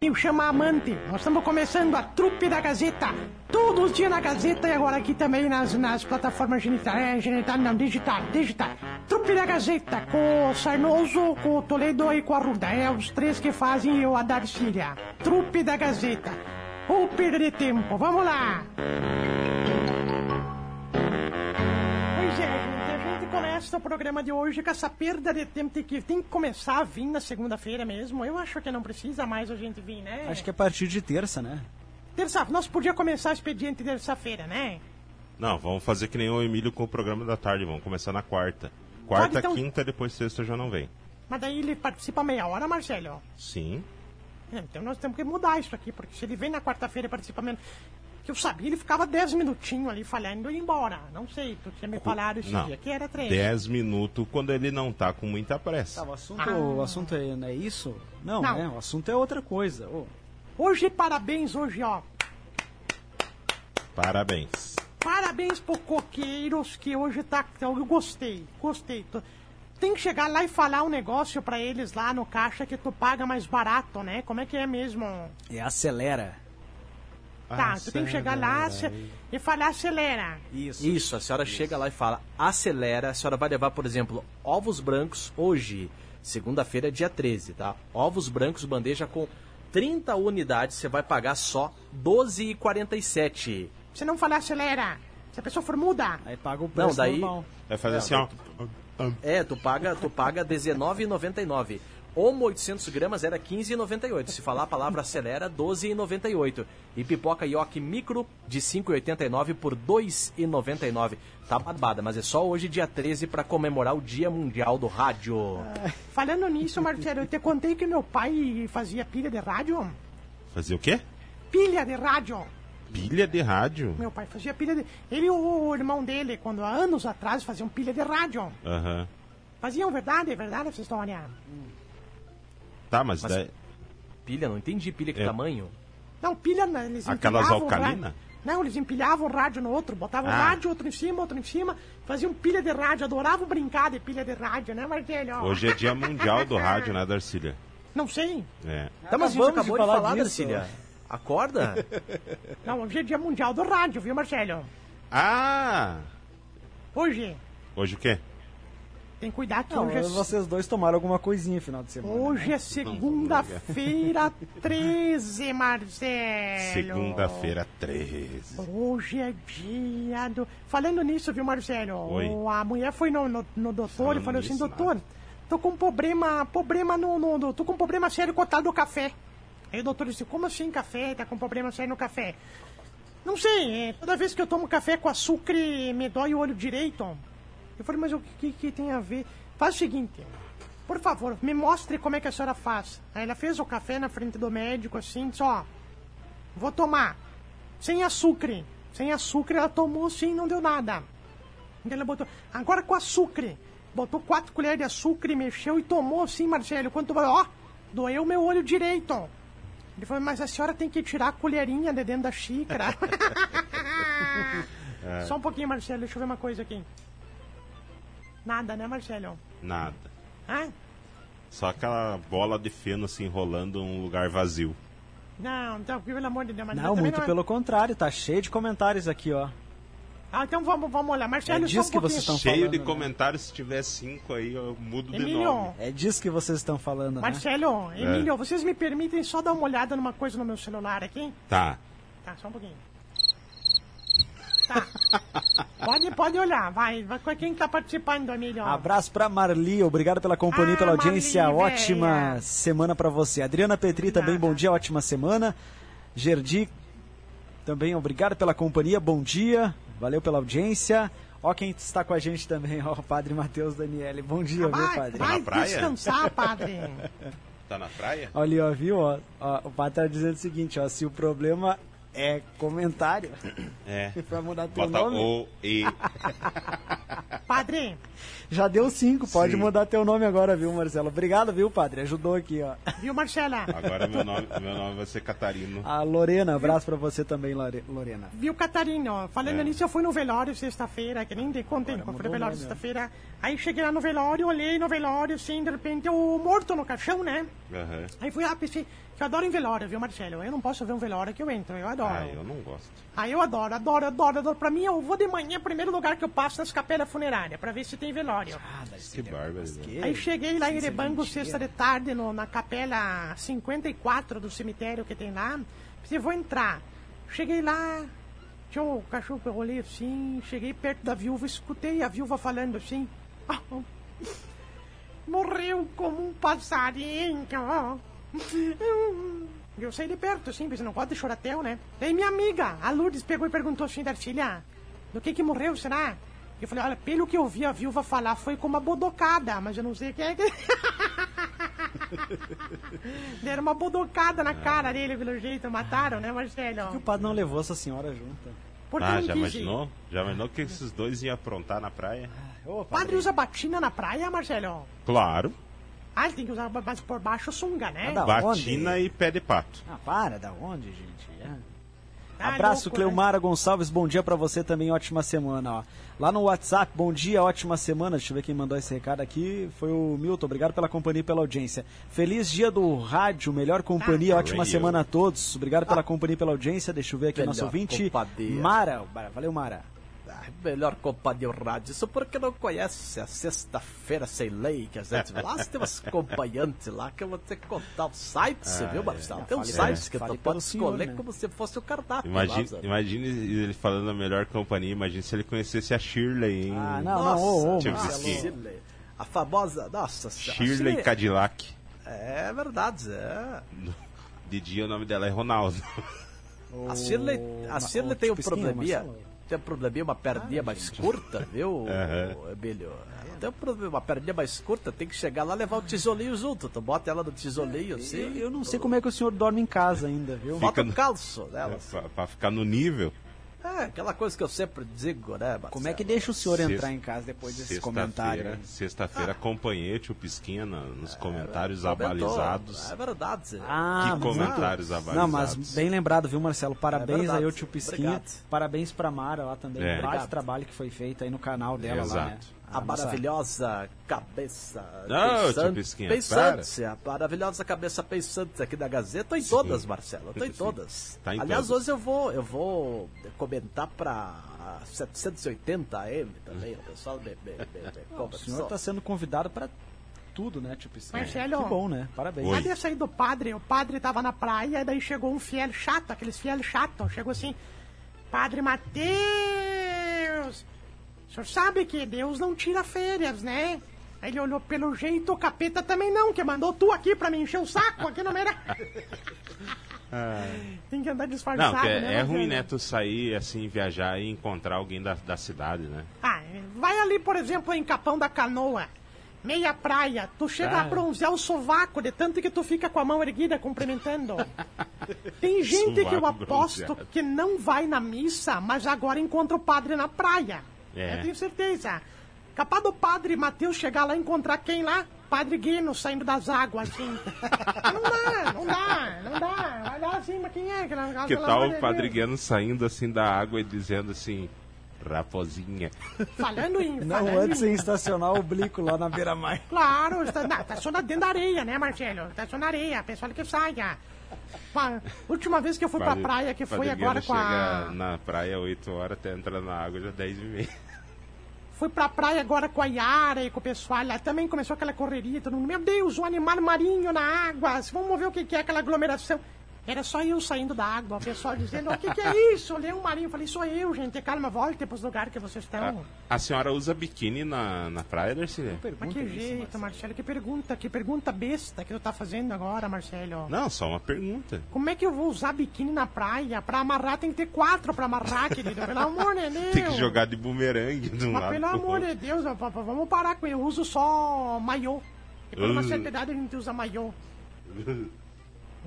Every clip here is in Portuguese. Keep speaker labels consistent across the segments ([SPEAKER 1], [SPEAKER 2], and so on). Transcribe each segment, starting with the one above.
[SPEAKER 1] Eu chamo a Amante. Nós estamos começando a trupe da Gazeta. Todos os dias na Gazeta e agora aqui também nas, nas plataformas genital. É, genital não, digital, digital. Trupe da Gazeta com o Sarnoso, com o Toledo e com a Ruda. É os três que fazem eu a Darcília. Trupe da Gazeta. Ou perder tempo. Vamos lá. Pois é, gente, a gente começa o programa de hoje com essa perda de tempo tem que, tem que começar a vir na segunda-feira mesmo. Eu acho que não precisa mais a gente vir, né?
[SPEAKER 2] Acho que é a partir de terça, né?
[SPEAKER 1] Terça, nós podia começar o expediente terça-feira, né?
[SPEAKER 3] Não, vamos fazer que nem o Emílio com o programa da tarde, vamos começar na quarta.
[SPEAKER 1] Ah,
[SPEAKER 3] Quarta,
[SPEAKER 1] então-
[SPEAKER 3] quinta, depois sexta já não vem.
[SPEAKER 1] Mas daí ele participa meia hora, Marcelo.
[SPEAKER 3] Sim.
[SPEAKER 1] É, Então nós temos que mudar isso aqui, porque se ele vem na quarta-feira e participa menos. Que eu sabia, ele ficava 10 minutinhos ali falhando e ia embora. Não sei, tu tinha me falado esse
[SPEAKER 3] não.
[SPEAKER 1] dia que era 3.
[SPEAKER 3] Dez minutos quando ele não tá com muita pressa.
[SPEAKER 2] Tá, o assunto,
[SPEAKER 1] Ah.
[SPEAKER 2] o assunto é, não é isso? Não,
[SPEAKER 1] Não.
[SPEAKER 2] né? O assunto é outra coisa. Ô,
[SPEAKER 1] Hoje, parabéns, hoje, ó.
[SPEAKER 3] Parabéns.
[SPEAKER 1] Parabéns pro Coqueiros, que hoje tá. Eu gostei, gostei. Tô- Tem que chegar lá e falar um negócio pra eles lá no caixa que tu paga mais barato, né? Como é que é mesmo?
[SPEAKER 2] é acelera.
[SPEAKER 3] Ah,
[SPEAKER 1] Tá, tu tem que chegar
[SPEAKER 3] é
[SPEAKER 1] lá ace- e falar acelera.
[SPEAKER 2] Isso.
[SPEAKER 4] Isso, a senhora chega lá e fala, acelera, a senhora vai levar, por exemplo, ovos brancos hoje, segunda-feira, dia 13, tá? Ovos brancos, bandeja com 30 unidades, você vai pagar só 12,47.
[SPEAKER 1] Se não falar acelera, se a pessoa for muda,
[SPEAKER 2] Aí paga o preço
[SPEAKER 4] Não, daí
[SPEAKER 2] normal.
[SPEAKER 3] Vai fazer assim, ó.
[SPEAKER 4] é, tu paga, tu paga 19,99. Homo 800 gramas era 15,98. Se falar a palavra acelera, 12,98. E pipoca Yoki micro de 5,89 por 2,99. Tá babada, mas é só hoje, dia 13, pra comemorar o Dia Mundial do Rádio.
[SPEAKER 2] Ah.
[SPEAKER 1] Falando nisso, Marcelo, eu te contei que meu pai fazia pilha de rádio.
[SPEAKER 3] Fazer o quê?
[SPEAKER 1] Pilha de rádio.
[SPEAKER 3] Pilha de rádio?
[SPEAKER 1] Meu pai fazia pilha de. Ele e o irmão dele, quando há anos atrás, faziam pilha de rádio.
[SPEAKER 3] Aham.
[SPEAKER 1] Faziam verdade, é verdade essa história.
[SPEAKER 3] Tá, mas,
[SPEAKER 4] Mas-
[SPEAKER 3] daí-
[SPEAKER 4] Pilha, não entendi pilha que
[SPEAKER 3] É.
[SPEAKER 4] tamanho.
[SPEAKER 1] Não, pilha, né, eles
[SPEAKER 3] Aquelas
[SPEAKER 1] empilhavam o
[SPEAKER 3] alcalina?
[SPEAKER 1] rádio. Não, eles empilhavam o rádio no outro, botavam
[SPEAKER 3] Ah.
[SPEAKER 1] rádio, outro em cima, outro em cima, faziam pilha de rádio, adoravam brincar de pilha de rádio, né, Marcelo?
[SPEAKER 3] hoje é dia mundial do rádio, né, Darcília?
[SPEAKER 1] Não sei.
[SPEAKER 3] É.
[SPEAKER 4] Tá, mas
[SPEAKER 2] a gente acabou
[SPEAKER 4] vamos acabou
[SPEAKER 2] de
[SPEAKER 4] de
[SPEAKER 2] falar
[SPEAKER 4] falar,
[SPEAKER 2] disso.
[SPEAKER 4] Darcília. Acorda.
[SPEAKER 1] Não, hoje é dia mundial do rádio, viu, Marcelo?
[SPEAKER 3] Ah!
[SPEAKER 1] Hoje,
[SPEAKER 3] Hoje o quê?
[SPEAKER 1] tem que cuidar que
[SPEAKER 2] Não,
[SPEAKER 1] hoje é
[SPEAKER 2] vocês dois tomaram alguma coisinha no final de semana.
[SPEAKER 1] Hoje é segunda-feira 13, Marcelo.
[SPEAKER 3] Segunda-feira, 13.
[SPEAKER 1] Hoje é dia do. Falando nisso, viu, Marcelo?
[SPEAKER 3] Oi.
[SPEAKER 1] A mulher foi no, no, no doutor e
[SPEAKER 3] Falando
[SPEAKER 1] falou assim:
[SPEAKER 3] nisso,
[SPEAKER 1] doutor, tô com um problema, problema no, no, no- Tô com um problema sério com o tal do café. Aí o doutor disse: como assim café? Tá com problema sério no café? Não sei, é, toda vez que eu tomo café com açúcar, me dói o olho direito. Eu falei, mas o que, que tem a ver? Faz o seguinte, por favor, me mostre como é que a senhora faz. Aí ela fez o café na frente do médico, assim, disse, ó, vou tomar. Sem açúcar. Sem açúcar, ela tomou sim, não deu nada. Então ela botou, agora com açúcar. Botou quatro colheres de açúcar, mexeu e tomou sim, Marcelo. Quando tomou, ó, doeu meu olho direito. Ele falou, mas a senhora tem que tirar a colherinha de dentro da xícara. Só um pouquinho, Marcelo, deixa eu ver uma coisa aqui. Nada, né, Marcelo?
[SPEAKER 3] Nada.
[SPEAKER 1] Hã?
[SPEAKER 3] Só aquela bola de feno se enrolando um lugar vazio.
[SPEAKER 1] Não, então, pelo amor de Deus, mas
[SPEAKER 2] Não,
[SPEAKER 1] também
[SPEAKER 2] muito
[SPEAKER 1] é-
[SPEAKER 2] pelo contrário, tá cheio de comentários aqui, ó.
[SPEAKER 1] Ah, então vamos, vamos olhar. Marcelo,
[SPEAKER 2] É
[SPEAKER 1] só um
[SPEAKER 2] disso que
[SPEAKER 1] pouquinho.
[SPEAKER 2] vocês estão
[SPEAKER 3] Cheio
[SPEAKER 2] falando.
[SPEAKER 3] de
[SPEAKER 2] né?
[SPEAKER 3] comentários, se tiver cinco aí, eu mudo de
[SPEAKER 1] Emílio,
[SPEAKER 3] nome.
[SPEAKER 2] É disso que vocês estão falando, né?
[SPEAKER 1] Marcelo, Emílio, vocês me permitem só dar uma olhada numa coisa no meu celular aqui?
[SPEAKER 3] Tá.
[SPEAKER 1] Tá, só um pouquinho. Tá. pode, pode olhar, vai. vai com quem tá participando, Emílio?
[SPEAKER 2] Abraço pra Marli, obrigado pela companhia,
[SPEAKER 1] Ah,
[SPEAKER 2] pela audiência.
[SPEAKER 1] Marli,
[SPEAKER 2] ótima
[SPEAKER 1] véia.
[SPEAKER 2] semana pra você. Adriana Petri também, bom dia, ótima semana. Gerdi, também obrigado pela companhia, bom dia. Valeu pela audiência. Ó quem está com a gente também, ó, o Padre Matheus Daniele. Bom dia, viu,
[SPEAKER 1] vai,
[SPEAKER 2] Padre?
[SPEAKER 1] vai
[SPEAKER 3] na praia?
[SPEAKER 1] descansar, padre.
[SPEAKER 3] Tá na praia?
[SPEAKER 2] Olha, ó, viu, ó, ó, o Padre tá dizendo o seguinte, ó, se o problema é comentário,
[SPEAKER 3] É.
[SPEAKER 2] pra mudar teu
[SPEAKER 3] Bota
[SPEAKER 2] nome,
[SPEAKER 3] o e.
[SPEAKER 1] Padre,
[SPEAKER 2] já deu cinco, pode
[SPEAKER 3] Sim.
[SPEAKER 2] mudar teu nome agora, viu, Marcelo? Obrigado, viu, Padre? Ajudou aqui, ó.
[SPEAKER 1] viu, Marcela?
[SPEAKER 3] Agora meu nome, meu nome vai ser Catarino.
[SPEAKER 2] A Lorena, abraço pra você também, Lore- Lorena.
[SPEAKER 1] Viu, Catarino?
[SPEAKER 3] É.
[SPEAKER 1] Falando nisso, eu fui no velório sexta-feira, que nem dei conta, hein, que eu fui no
[SPEAKER 2] mudou o
[SPEAKER 1] velório
[SPEAKER 2] nome, né?
[SPEAKER 1] sexta-feira. Aí cheguei lá no velório, olhei no velório, assim, de repente, o morto no caixão, né?
[SPEAKER 3] Aham.
[SPEAKER 1] Aí fui lá, pensei, Eu adoro em velório, viu, Marcelo? Eu não posso ver um velório que eu entro, eu adoro.
[SPEAKER 3] Ah, eu não gosto.
[SPEAKER 1] Ah, eu adoro, adoro, adoro, adoro. Pra mim, eu vou de manhã, primeiro lugar que eu passo nas capelas funerárias, pra ver se tem velório.
[SPEAKER 3] Que bárbaro. né?
[SPEAKER 1] Aí cheguei lá em Erebango sexta de tarde, no- na capela 54 do cemitério que tem lá. Falei, vou entrar. Cheguei lá, tinha o cachorro que eu olhei assim, cheguei perto da viúva, escutei a viúva falando assim. "Ah, oh, morreu como um passarinho. ó." Eu saí de perto, assim, porque você não gosta de choratel, né? Daí minha amiga, a Lourdes, pegou e perguntou assim, Darcília, do que que morreu, será? Eu falei, olha, pelo que eu vi a viúva falar, foi com uma bodocada, mas eu não sei o que é que... Deram uma bodocada na cara dele, pelo jeito, mataram, né,
[SPEAKER 2] E o
[SPEAKER 1] Marcelo?
[SPEAKER 2] padre não levou essa senhora junto.
[SPEAKER 1] Porque
[SPEAKER 3] Ah,
[SPEAKER 1] não
[SPEAKER 3] já
[SPEAKER 1] quis ir.
[SPEAKER 3] imaginou? Já imaginou que esses dois iam aprontar na praia?
[SPEAKER 2] Ô,
[SPEAKER 1] O padre usa batina na praia, Marcelo?
[SPEAKER 3] Claro.
[SPEAKER 1] Ah, ele tem que usar mais por baixo sunga, né?
[SPEAKER 2] Ah, dá.
[SPEAKER 3] Batina e pé de pato.
[SPEAKER 2] Ah, para, da onde, gente? É.
[SPEAKER 1] Ah,
[SPEAKER 2] Abraço,
[SPEAKER 1] louco, né?
[SPEAKER 2] Cleomara Gonçalves, bom dia pra você também, ótima semana. Ó. Lá no WhatsApp, bom dia, ótima semana. Deixa eu ver quem mandou esse recado aqui. Foi o Milton, obrigado pela companhia e pela audiência. Feliz dia do rádio, melhor companhia,
[SPEAKER 1] Tá.
[SPEAKER 3] Ah.
[SPEAKER 2] ótima
[SPEAKER 3] Radio.
[SPEAKER 2] semana a todos. Obrigado
[SPEAKER 1] Ah.
[SPEAKER 2] pela companhia e pela audiência. Deixa eu ver aqui o
[SPEAKER 4] Melhor
[SPEAKER 2] nosso ouvinte.
[SPEAKER 4] compadria.
[SPEAKER 2] Mara, valeu, Mara.
[SPEAKER 4] Ah, melhor companhia do rádio. Isso porque não conhece a sexta-feira sem lei que a gente vai lá. Se tem umas acompanhantes lá que eu vou ter que contar os sites,
[SPEAKER 2] Ah, é.
[SPEAKER 4] viu, Marcelo? Tem uns
[SPEAKER 2] Fale-
[SPEAKER 4] sites que
[SPEAKER 2] fale
[SPEAKER 4] tu
[SPEAKER 2] né? pelo
[SPEAKER 4] pode
[SPEAKER 2] senhor,
[SPEAKER 4] escolher
[SPEAKER 2] né?
[SPEAKER 4] como se fosse o cardápio. lá,
[SPEAKER 3] Imagine,
[SPEAKER 4] sabe?
[SPEAKER 3] imagine ele falando a melhor companhia, imagine se ele conhecesse a Shirley, hein?
[SPEAKER 2] Ah, não, não, ô, ô,
[SPEAKER 3] Tinha
[SPEAKER 2] Marcelo.
[SPEAKER 3] visto que-
[SPEAKER 4] Shirley. A famosa, nossa senhora.
[SPEAKER 3] Shirley Cadillac.
[SPEAKER 4] É verdade, é.
[SPEAKER 3] De dia o nome dela é Ronaldo.
[SPEAKER 4] A Shirley, a
[SPEAKER 2] Ma-
[SPEAKER 4] Shirley
[SPEAKER 2] o
[SPEAKER 4] tem um
[SPEAKER 2] tipo esquema,
[SPEAKER 4] probleminha.
[SPEAKER 2] Marcelo?
[SPEAKER 4] Tem um probleminha, uma
[SPEAKER 2] Ah,
[SPEAKER 4] perninha mais curta, viu,
[SPEAKER 3] Aham.
[SPEAKER 4] Emílio? Ela Tem um problema, uma perninha mais curta, tem que chegar lá e levar o tijolinho junto. Tu bota ela no tijolinho
[SPEAKER 2] Eu,
[SPEAKER 4] assim.
[SPEAKER 2] eu não sei como é que o senhor dorme em casa ainda, viu?
[SPEAKER 3] Fica
[SPEAKER 4] Bota um
[SPEAKER 3] no- É.
[SPEAKER 4] calço
[SPEAKER 1] Tá
[SPEAKER 4] nela.
[SPEAKER 3] pra, pra ficar no nível.
[SPEAKER 4] É, aquela coisa que eu sempre digo, né, Marcelo?
[SPEAKER 2] Como é que deixa o senhor
[SPEAKER 3] Sexta-
[SPEAKER 2] entrar em casa depois desse comentário?
[SPEAKER 3] Sexta-feira,
[SPEAKER 2] aí?
[SPEAKER 1] Ah.
[SPEAKER 3] sexta-feira acompanhei o tio Pisquinha na- nos
[SPEAKER 1] É,
[SPEAKER 3] comentários
[SPEAKER 4] Comentou.
[SPEAKER 3] abalizados.
[SPEAKER 4] É verdade.
[SPEAKER 2] Ah,
[SPEAKER 3] que
[SPEAKER 2] mas-
[SPEAKER 3] comentários
[SPEAKER 2] Não,
[SPEAKER 3] abalizados.
[SPEAKER 2] mas bem lembrado, viu, Marcelo?
[SPEAKER 1] É
[SPEAKER 2] Parabéns
[SPEAKER 4] verdade.
[SPEAKER 2] aí ao Tio Pisquinha.
[SPEAKER 4] Obrigado.
[SPEAKER 2] Parabéns pra Mara lá também.
[SPEAKER 3] É.
[SPEAKER 2] O baita
[SPEAKER 4] Obrigado.
[SPEAKER 2] trabalho que foi feito aí no canal dela lá, né?
[SPEAKER 3] Exato.
[SPEAKER 4] A
[SPEAKER 2] nossa-
[SPEAKER 4] maravilhosa cabeça
[SPEAKER 3] Não, tio
[SPEAKER 4] pensante,
[SPEAKER 3] Ah, Pisquinha,
[SPEAKER 4] pensante, a maravilhosa cabeça pensante aqui da Gazeta. Tô em todas,
[SPEAKER 3] Sim.
[SPEAKER 4] Marcelo, tô em
[SPEAKER 3] Sim.
[SPEAKER 4] todas.
[SPEAKER 3] Tá em
[SPEAKER 4] Aliás,
[SPEAKER 3] todas.
[SPEAKER 4] hoje eu vou, eu vou comentar pra 780 AM também, o pessoal me, me, me, me
[SPEAKER 2] O senhor
[SPEAKER 4] conversou.
[SPEAKER 2] tá sendo convidado pra tudo, né, Tio Pisquinha?
[SPEAKER 1] Marcelo.
[SPEAKER 2] Que bom, né? Parabéns.
[SPEAKER 3] Oi.
[SPEAKER 1] Cadê sair do padre? O padre tava na praia e daí chegou um fiel chato, aqueles fiel chato. Chegou assim, Padre Mateus, o senhor sabe que Deus não tira férias, né? Aí ele olhou pelo jeito, o capeta também não, que mandou tu aqui pra me encher o saco aqui no meio. da- Tem que andar disfarçado,
[SPEAKER 3] Ah. Não, que
[SPEAKER 1] né?
[SPEAKER 3] é, é
[SPEAKER 1] Marcelo?
[SPEAKER 3] ruim, né? Tu sair, assim, viajar e encontrar alguém da, da cidade, né?
[SPEAKER 1] Ah, vai ali, por exemplo, em Capão da Canoa. Meia praia, tu chega
[SPEAKER 3] Ah.
[SPEAKER 1] a bronzear o sovaco de tanto que tu fica com a mão erguida cumprimentando. Tem gente que eu
[SPEAKER 3] Sovaco
[SPEAKER 1] aposto
[SPEAKER 3] bronzeado.
[SPEAKER 1] que não vai na missa, mas agora encontra o padre na praia.
[SPEAKER 3] É.
[SPEAKER 1] Eu tenho certeza. Capaz do padre Mateus chegar lá e encontrar quem lá? Padre Guino saindo das águas, assim. não dá, não dá, não dá. Vai lá assim, mas quem é? Que, não-
[SPEAKER 3] Que
[SPEAKER 1] pelo
[SPEAKER 3] tal
[SPEAKER 1] amor de
[SPEAKER 3] tá o Padre
[SPEAKER 1] Deus.
[SPEAKER 3] Guiano saindo, assim, da água e dizendo assim... Raposinha.
[SPEAKER 1] Falando em.
[SPEAKER 2] Não,
[SPEAKER 1] Tá falando
[SPEAKER 2] antes em estacionar o oblíquo lá na beira-mar.
[SPEAKER 1] Claro, está, não, está só na- dentro da areia, né, Marcelo? Está só na areia, pessoal que saia. Pa- Última vez que eu fui pra
[SPEAKER 3] Padre-
[SPEAKER 1] praia, que foi
[SPEAKER 3] Padre
[SPEAKER 1] agora
[SPEAKER 3] Guiano
[SPEAKER 1] com a.
[SPEAKER 3] chega na praia 8 horas, até entra na água já 10 e meia.
[SPEAKER 1] Fui pra praia agora com a Yara e com o pessoal lá. Também começou aquela correria, todo mundo. Meu Deus, um animal marinho na água. Vamos ver o que, que é aquela aglomeração. Era só eu saindo da água, o pessoal dizendo: o que, que é isso? Leão marinho. Eu Falei: sou eu, gente. Calma, volte pros lugares que vocês estão.
[SPEAKER 3] A, a senhora usa biquíni na, na praia, Darcy?
[SPEAKER 1] Mas que jeito, Marcelo. Que pergunta, que pergunta besta que tu tá fazendo agora, Marcelo.
[SPEAKER 3] Não, só uma pergunta.
[SPEAKER 1] Como é que eu vou usar biquíni na praia? Pra amarrar tem que ter quatro pra amarrar, querido. Pelo amor de Deus.
[SPEAKER 3] Tem que jogar de bumerangue de um
[SPEAKER 1] Mas
[SPEAKER 3] lado
[SPEAKER 1] pelo
[SPEAKER 3] pro
[SPEAKER 1] amor
[SPEAKER 3] outro.
[SPEAKER 1] de Deus, ó, papá, vamos parar com isso. Eu uso só maiô. E por uma
[SPEAKER 3] Uh.
[SPEAKER 1] certa idade a gente usa maiô.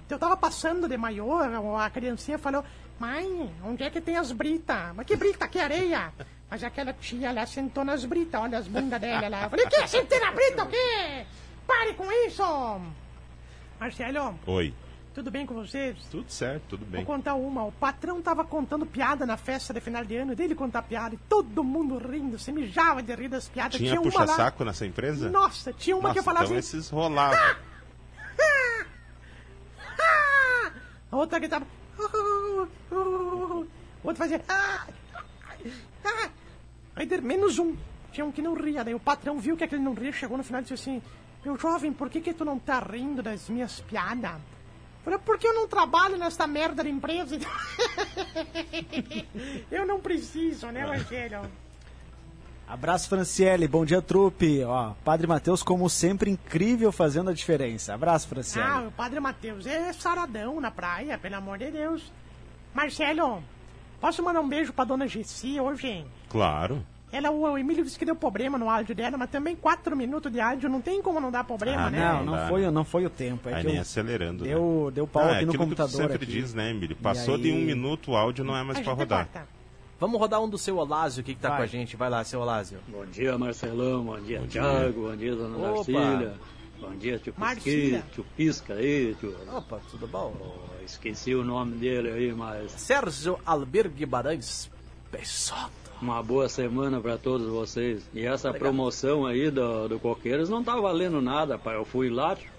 [SPEAKER 1] Eu tava passando de maiô, a criancinha falou: Mãe, onde é que tem as britas? Mas que brita, que areia? Mas aquela tia lá sentou nas britas, olha as bundas dela lá. Eu falei: Que? Sentei na brita o quê? Pare com isso! Marcelo,
[SPEAKER 3] Oi.
[SPEAKER 1] tudo bem com vocês?
[SPEAKER 3] Tudo certo, tudo bem.
[SPEAKER 1] Vou contar uma. O patrão tava contando piada na festa de final de ano dele contar piada e todo mundo rindo, se mijava de rir das piadas.
[SPEAKER 3] Tinha
[SPEAKER 1] uma lá.
[SPEAKER 3] puxa-saco nessa empresa? então
[SPEAKER 1] Nossa, tinha uma assim,
[SPEAKER 3] Nossa,
[SPEAKER 1] "Ah!" que eu falava
[SPEAKER 3] então
[SPEAKER 1] assim.
[SPEAKER 3] esses rolavam.
[SPEAKER 1] outra gritava. "Ah, ah, ah", outro fazia. "Ah, ah". Aí de- menos um. Tinha um que não ria. Daí o patrão viu que aquele não ria, chegou no final e disse assim: Meu jovem, por que, que tu não tá rindo das minhas piadas? Eu Falei, porque eu não trabalho nessa merda de empresa. então?" eu não preciso, né, Rogério?
[SPEAKER 2] Abraço, Franciele. Bom dia, trupe. Ó, Padre Matheus, como sempre, incrível fazendo a diferença. Abraço, Franciele.
[SPEAKER 1] Ah, o Padre Matheus é saradão na praia, pelo amor de Deus. Marcelo, posso mandar um beijo pra dona Gessi hoje, hein?
[SPEAKER 3] Claro.
[SPEAKER 1] Ela, o o Emílio disse que deu problema no áudio dela, mas também 4 minutos de áudio não tem como não dar problema,
[SPEAKER 3] Ah,
[SPEAKER 1] né?
[SPEAKER 2] não, não,
[SPEAKER 3] Não dá,
[SPEAKER 2] foi,
[SPEAKER 3] né?
[SPEAKER 2] não foi o tempo. É
[SPEAKER 3] Aí
[SPEAKER 2] que
[SPEAKER 3] nem
[SPEAKER 2] eu-
[SPEAKER 3] acelerando.
[SPEAKER 2] deu-
[SPEAKER 3] né?
[SPEAKER 2] deu pau
[SPEAKER 3] Ah,
[SPEAKER 2] aqui
[SPEAKER 3] é
[SPEAKER 2] no
[SPEAKER 3] aquilo que tu
[SPEAKER 2] computador
[SPEAKER 3] sempre
[SPEAKER 2] aqui.
[SPEAKER 3] diz, né, Emílio? Passou
[SPEAKER 2] aí-
[SPEAKER 3] de um minuto o áudio, não é mais
[SPEAKER 1] A
[SPEAKER 3] pra
[SPEAKER 1] gente
[SPEAKER 3] rodar.
[SPEAKER 1] corta.
[SPEAKER 4] Vamos rodar um do seu Olásio, que, que tá
[SPEAKER 2] Vai.
[SPEAKER 4] com a gente. Vai lá, seu Olásio.
[SPEAKER 5] Bom dia, Marcelão. Bom dia, Thiago. Bom dia, Dona
[SPEAKER 4] Opa.
[SPEAKER 5] Marcília. Bom dia, tio
[SPEAKER 1] Marcília.
[SPEAKER 5] Pisquinho, tio Pisca aí, tio.
[SPEAKER 4] Opa, tudo bom?
[SPEAKER 5] Oh, esqueci o nome dele aí, mas
[SPEAKER 4] Sérgio Albergue Guimarães Pessoto.
[SPEAKER 5] uma boa semana pra todos vocês. E essa promoção aí do, do Coqueiros não tá valendo nada, pai. Eu fui lá, tio.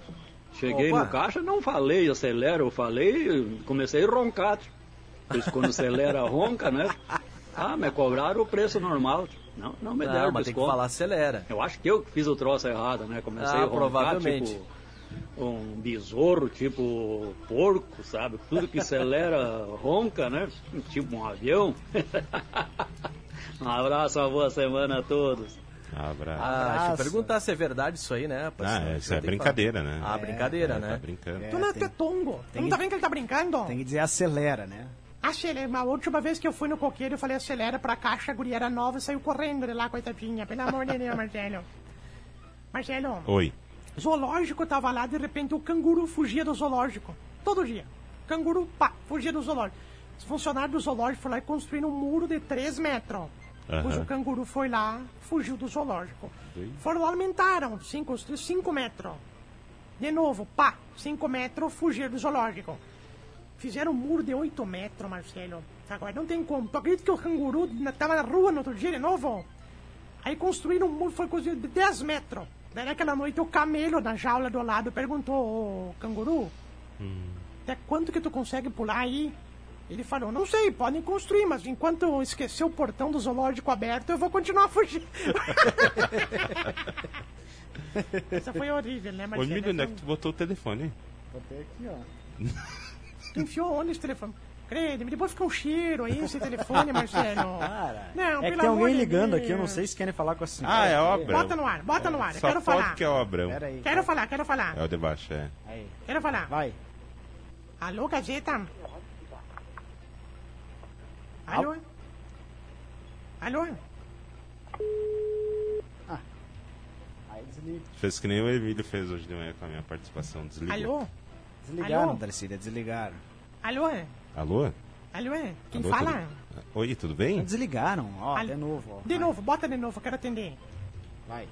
[SPEAKER 5] cheguei
[SPEAKER 4] Opa.
[SPEAKER 5] no caixa, não falei, acelera, eu falei, comecei a roncar. tio. Por isso, quando acelera, ronca, né? Ah, me cobraram o preço normal. tio. Não, não me deram
[SPEAKER 4] Não, mas tem que
[SPEAKER 5] desconto.
[SPEAKER 4] falar acelera.
[SPEAKER 5] Eu acho que eu que fiz o troço errado, né? Comecei
[SPEAKER 4] Ah,
[SPEAKER 5] a roncar,
[SPEAKER 4] provavelmente.
[SPEAKER 5] tipo um besouro, tipo porco, sabe? Tudo que acelera ronca, né? Tipo um avião. um abraço, uma boa semana a todos.
[SPEAKER 3] Abra...
[SPEAKER 4] Ah, deixa eu
[SPEAKER 2] Abraço.
[SPEAKER 4] perguntar se é verdade isso aí, né, rapaz?
[SPEAKER 3] Ah,
[SPEAKER 4] Senão a
[SPEAKER 3] é,
[SPEAKER 4] gente
[SPEAKER 3] isso
[SPEAKER 4] vai
[SPEAKER 3] é
[SPEAKER 4] ter que
[SPEAKER 3] brincadeira,
[SPEAKER 4] falar.
[SPEAKER 3] né?
[SPEAKER 4] Ah, brincadeira,
[SPEAKER 3] Tá
[SPEAKER 4] né?
[SPEAKER 3] brincando.
[SPEAKER 1] Tu não é
[SPEAKER 2] tem-
[SPEAKER 1] tetongo. Tu
[SPEAKER 2] que-
[SPEAKER 1] não tá vendo que ele tá brincando?
[SPEAKER 2] Tem que dizer acelera, né?
[SPEAKER 1] Acelera. A última vez que eu fui no coqueiro, eu falei acelera pra caixa, a guria era nova e saiu correndo de lá, coitadinha. Pelo amor de Deus, Marcelo. Marcelo,
[SPEAKER 3] Oi.
[SPEAKER 1] zoológico tava lá, de repente o canguru fugia do zoológico. Todo dia. Canguru, pá, fugia do zoológico. Os funcionários do zoológico foram lá e construíram um muro de 3 metros.
[SPEAKER 3] Aham.
[SPEAKER 1] Pois o canguru foi lá, fugiu do zoológico. Foram lá, aumentaram, 5 cinco metros. De novo, pá, 5 metros, fugir do zoológico. Fizeram um muro de 8 metros, Marcelo. Agora não tem como. Tu acredita que o canguru na- tava na rua no outro dia de novo? Aí construíram um muro, foi coisa de 10 metros. Daí naquela noite o camelo na jaula do lado perguntou, ô canguru,
[SPEAKER 3] Hum.
[SPEAKER 1] até quanto que tu consegue pular aí? Ele falou, não sei, podem construir, mas enquanto eu esquecer o portão do zoológico aberto, eu vou continuar fugindo. Essa foi horrível, né,
[SPEAKER 3] Ô,
[SPEAKER 1] Marcelo?
[SPEAKER 3] Emílio, onde é
[SPEAKER 1] Essa-
[SPEAKER 3] que tu botou o telefone?
[SPEAKER 1] Tu enfiou onde esse telefone? Crede, depois fica um cheiro aí, esse telefone, Marcelo.
[SPEAKER 2] Cara,
[SPEAKER 1] Não,
[SPEAKER 2] é que
[SPEAKER 1] pelo
[SPEAKER 2] tem
[SPEAKER 1] amor
[SPEAKER 2] alguém
[SPEAKER 1] de
[SPEAKER 2] ligando
[SPEAKER 1] Deus.
[SPEAKER 2] aqui, eu não sei se querem falar com a senhora.
[SPEAKER 3] Ah, é obra.
[SPEAKER 1] Bota no ar, bota no ar, eu
[SPEAKER 3] Só
[SPEAKER 1] quero
[SPEAKER 3] pode
[SPEAKER 1] falar.
[SPEAKER 3] que é obra.
[SPEAKER 2] Pera aí.
[SPEAKER 1] Quero falar, quero falar,
[SPEAKER 3] É o debaixo, é.
[SPEAKER 2] Aí,
[SPEAKER 1] quero falar.
[SPEAKER 2] vai.
[SPEAKER 1] Alô, Gazeta? Alô? Alô?
[SPEAKER 2] Aí desliga.
[SPEAKER 3] Fez que nem o Emílio fez hoje de manhã com a minha participação. Desliga.
[SPEAKER 1] Alô?
[SPEAKER 2] Desligaram,
[SPEAKER 1] Alô?
[SPEAKER 2] Darcília, desligaram.
[SPEAKER 1] Alô?
[SPEAKER 3] Alô?
[SPEAKER 1] Alô? Quem
[SPEAKER 3] Alô,
[SPEAKER 1] fala?
[SPEAKER 3] tudo- Oi, tudo bem?
[SPEAKER 2] Desligaram, ó,
[SPEAKER 1] Alô?
[SPEAKER 2] de novo. Ó.
[SPEAKER 1] De novo, bota de novo, eu quero atender.
[SPEAKER 2] Vai.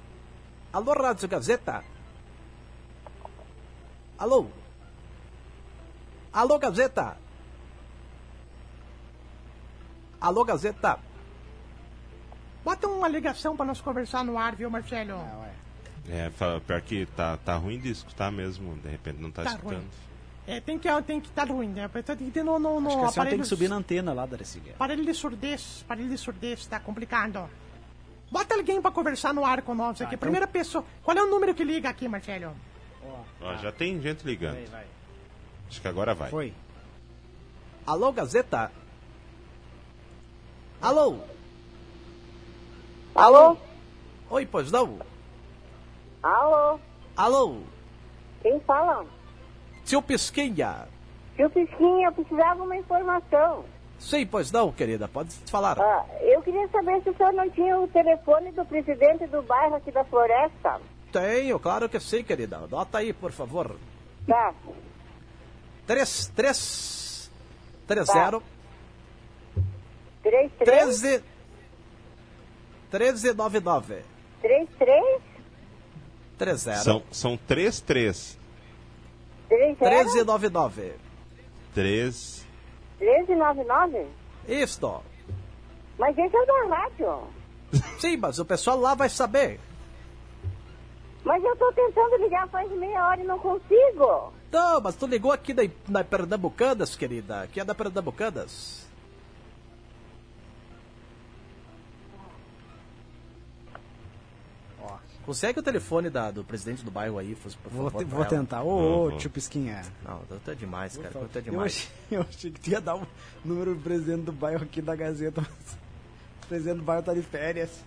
[SPEAKER 4] Alô, Rádio Gazeta? Alô? Alô, Gazeta? Alô, Gazeta?
[SPEAKER 1] Bota uma ligação pra nós conversar no ar, viu, Marcelo?
[SPEAKER 2] Ah, ué.
[SPEAKER 3] É, fala- pior que tá, tá ruim de escutar mesmo. De repente não tá,
[SPEAKER 1] Tá
[SPEAKER 3] escutando.
[SPEAKER 1] ruim. É, tem que estar tem que tá ruim, né? A pessoa tem que ter no, no,
[SPEAKER 2] Acho
[SPEAKER 1] no
[SPEAKER 2] que a senhora tem que
[SPEAKER 1] aparelho
[SPEAKER 2] subir na antena lá, Darcília.
[SPEAKER 1] Aparelho de surdez, aparelho de surdez, tá complicado. Bota alguém pra conversar no ar com nós aqui.
[SPEAKER 2] então-
[SPEAKER 1] Primeira pessoa. Qual é o número que liga aqui, Marcelo?
[SPEAKER 3] Ó, já tem gente ligando.
[SPEAKER 2] Vai, vai.
[SPEAKER 3] Acho que agora vai.
[SPEAKER 2] Foi.
[SPEAKER 4] Alô, Gazeta? Alô?
[SPEAKER 6] Alô?
[SPEAKER 4] Oi, pois não?
[SPEAKER 6] Alô?
[SPEAKER 4] Alô?
[SPEAKER 6] Quem fala?
[SPEAKER 4] Seu Pisquinha?
[SPEAKER 6] Tio Pisquinha, eu precisava de uma informação.
[SPEAKER 4] Sim, pois não, querida, pode falar.
[SPEAKER 6] Ah, eu queria saber se o senhor não tinha o telefone do presidente do bairro aqui da Floresta.
[SPEAKER 4] Tenho, claro que sim, querida. Anota aí, por favor.
[SPEAKER 6] Tá.
[SPEAKER 4] 3, 3, 3,
[SPEAKER 6] Tá.
[SPEAKER 4] 0,
[SPEAKER 6] 33?
[SPEAKER 4] 13, 13, 9, 9,
[SPEAKER 6] 33?
[SPEAKER 4] 3, 0,
[SPEAKER 3] São, são três, três.
[SPEAKER 4] 13,
[SPEAKER 6] 30?
[SPEAKER 4] 9, 9.
[SPEAKER 3] Três.
[SPEAKER 6] 1399?
[SPEAKER 4] Isto.
[SPEAKER 6] Mas esse é o da rádio.
[SPEAKER 4] Sim, mas o pessoal lá vai saber.
[SPEAKER 6] Mas eu tô tentando ligar faz meia hora e não consigo.
[SPEAKER 4] Não, mas tu ligou aqui da, da Pernambucanas, querida. Aqui é da Pernambucanas. Ó, consegue o telefone da- do presidente do bairro aí, por
[SPEAKER 2] Vou,
[SPEAKER 4] favor.
[SPEAKER 2] te-
[SPEAKER 4] pra
[SPEAKER 2] vou
[SPEAKER 4] ela.
[SPEAKER 2] tentar. Ô, ô,
[SPEAKER 3] Vou,
[SPEAKER 2] tio Pisquinha.
[SPEAKER 4] Não, tu é demais, cara. Tu é
[SPEAKER 2] Eu
[SPEAKER 4] demais.
[SPEAKER 2] achei, eu achei que tu ia dar o número do presidente do bairro aqui da Gazeta. mas O presidente do bairro tá de férias.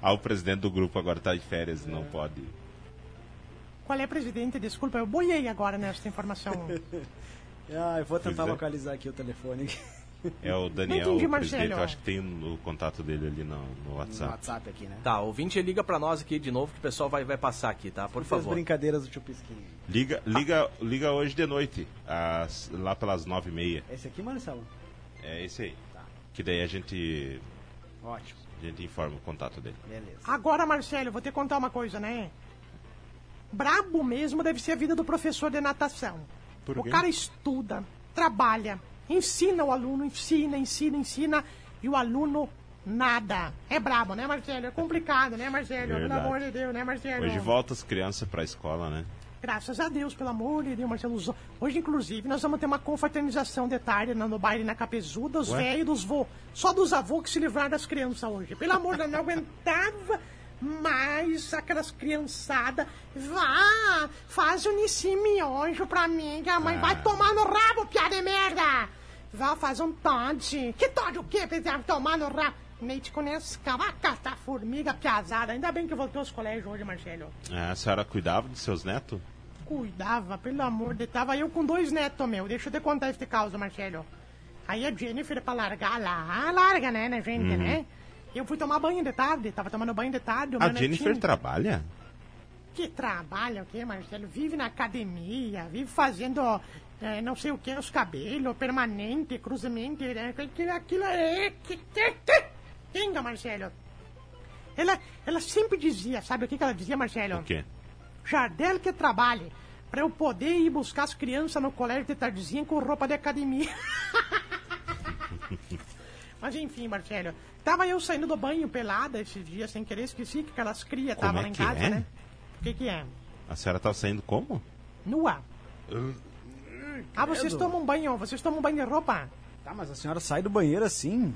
[SPEAKER 3] Ah, o presidente do grupo agora tá de férias, não
[SPEAKER 1] É.
[SPEAKER 3] pode.
[SPEAKER 1] Qual é, presidente? Desculpa, eu boiei agora nessa informação.
[SPEAKER 2] Ah, eu vou tentar
[SPEAKER 3] Pois é.
[SPEAKER 2] localizar aqui o telefone
[SPEAKER 3] É o Daniel,
[SPEAKER 1] Não entendi,
[SPEAKER 3] o presidente.
[SPEAKER 1] Marcelo.
[SPEAKER 3] Eu acho que tem um, o contato dele ali no, no
[SPEAKER 2] no
[SPEAKER 3] WhatsApp.
[SPEAKER 2] WhatsApp aqui, né?
[SPEAKER 4] Tá, ouvinte, liga pra nós aqui de novo que o pessoal vai, vai passar aqui, tá? Por
[SPEAKER 2] As
[SPEAKER 4] favor.
[SPEAKER 2] brincadeiras do tio Pisquinha.
[SPEAKER 1] Ah.
[SPEAKER 3] Liga, liga, liga hoje de noite, às- lá pelas nove e meia.
[SPEAKER 2] Esse aqui, Marcelo?
[SPEAKER 3] É esse aí.
[SPEAKER 1] Tá.
[SPEAKER 3] Que daí a gente,
[SPEAKER 2] Ótimo,
[SPEAKER 3] a gente informa o contato dele.
[SPEAKER 2] beleza.
[SPEAKER 1] Agora, Marcelo, vou te contar uma coisa, né? Brabo mesmo deve ser a vida do professor de natação.
[SPEAKER 3] Por
[SPEAKER 1] o
[SPEAKER 3] quê?
[SPEAKER 1] cara estuda, trabalha, ensina o aluno, ensina, ensina, ensina, e o aluno nada. É brabo, né, Marcelo? É complicado, né, Marcelo? Pelo
[SPEAKER 3] Verdade.
[SPEAKER 1] amor de Deus, né, Marcelo?
[SPEAKER 3] Hoje volta as crianças pra escola, né?
[SPEAKER 1] Graças a Deus, pelo amor de Deus, Marcelo. Os- Hoje, inclusive, nós vamos ter uma confraternização de tarde no no baile na Capezuda, dos
[SPEAKER 3] Ué?
[SPEAKER 1] velhos e dos vô. Só dos avôs que se livraram das crianças hoje. Pelo amor de Deus, não aguentava mais aquelas criançadas. Vá, faz o Nissim miojo pra mim, que a mãe
[SPEAKER 3] Ah.
[SPEAKER 1] vai tomar no rabo, piada de merda. Vá, faz um Todd. Que Todd o quê? Precisa tomar no rabo. Leite com Nescau, vai catar formiga, piazada. Ainda bem que voltou aos colégios hoje, Marcelo.
[SPEAKER 3] Ah, a senhora cuidava de seus netos?
[SPEAKER 1] Cuidava, pelo amor de Tava eu com dois netos, meu. Deixa eu te contar este caso, Marcelo. Aí a Jennifer, pra largar lá, larga, né, né,
[SPEAKER 3] Uhum.
[SPEAKER 1] gente, né? Eu fui tomar banho de tarde, tava tomando banho de tarde. o
[SPEAKER 3] A
[SPEAKER 1] meu
[SPEAKER 3] Jennifer
[SPEAKER 1] netinho-
[SPEAKER 3] trabalha?
[SPEAKER 1] que trabalha, o que, Marcelo? Vive na academia, vive fazendo eh, não sei o que, os cabelos, permanente, cruzamento, né? aquilo, aquilo é. que- que- que- Tinga, Marcelo. Ela, ela sempre dizia, sabe o que, que ela dizia, Marcelo?
[SPEAKER 3] O quê?
[SPEAKER 1] Jardel que trabalhe, pra eu poder ir buscar as crianças no colégio de tardezinha com roupa de academia. Mas enfim, Marcelo, tava eu saindo do banho pelada esses dias sem querer, esqueci que aquelas crias
[SPEAKER 3] Como
[SPEAKER 1] tava
[SPEAKER 3] é
[SPEAKER 1] lá em
[SPEAKER 3] que
[SPEAKER 1] casa,
[SPEAKER 3] é?
[SPEAKER 1] né? O que que é?
[SPEAKER 3] A senhora tá saindo como?
[SPEAKER 1] Nua.
[SPEAKER 3] Hum,
[SPEAKER 1] Ah, vocês tomam banho, vocês tomam um banho de roupa?
[SPEAKER 2] Tá, mas a senhora sai do banheiro assim?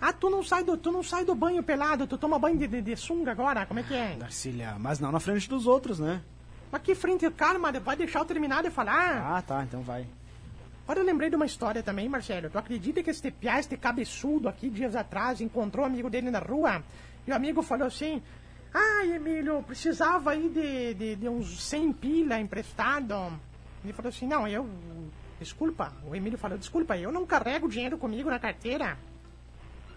[SPEAKER 1] Ah, tu não sai do, tu não sai do banho pelado, tu toma banho de, de, de sunga agora? Como é que é?
[SPEAKER 2] Darcília, mas não na frente dos outros, né?
[SPEAKER 1] Mas que frente, calma, vai deixar eu terminar de falar?
[SPEAKER 2] Ah, tá, então vai.
[SPEAKER 1] Agora eu lembrei de uma história também, Marcelo. Tu acredita que este piá, este cabeçudo aqui, dias atrás, encontrou um amigo dele na rua? E o amigo falou assim: Ai, Emílio, eu precisava aí de, de, de uns 100 pila emprestado. Ele falou assim: Não, eu. Desculpa. O Emílio falou: Desculpa, eu não carrego dinheiro comigo na carteira.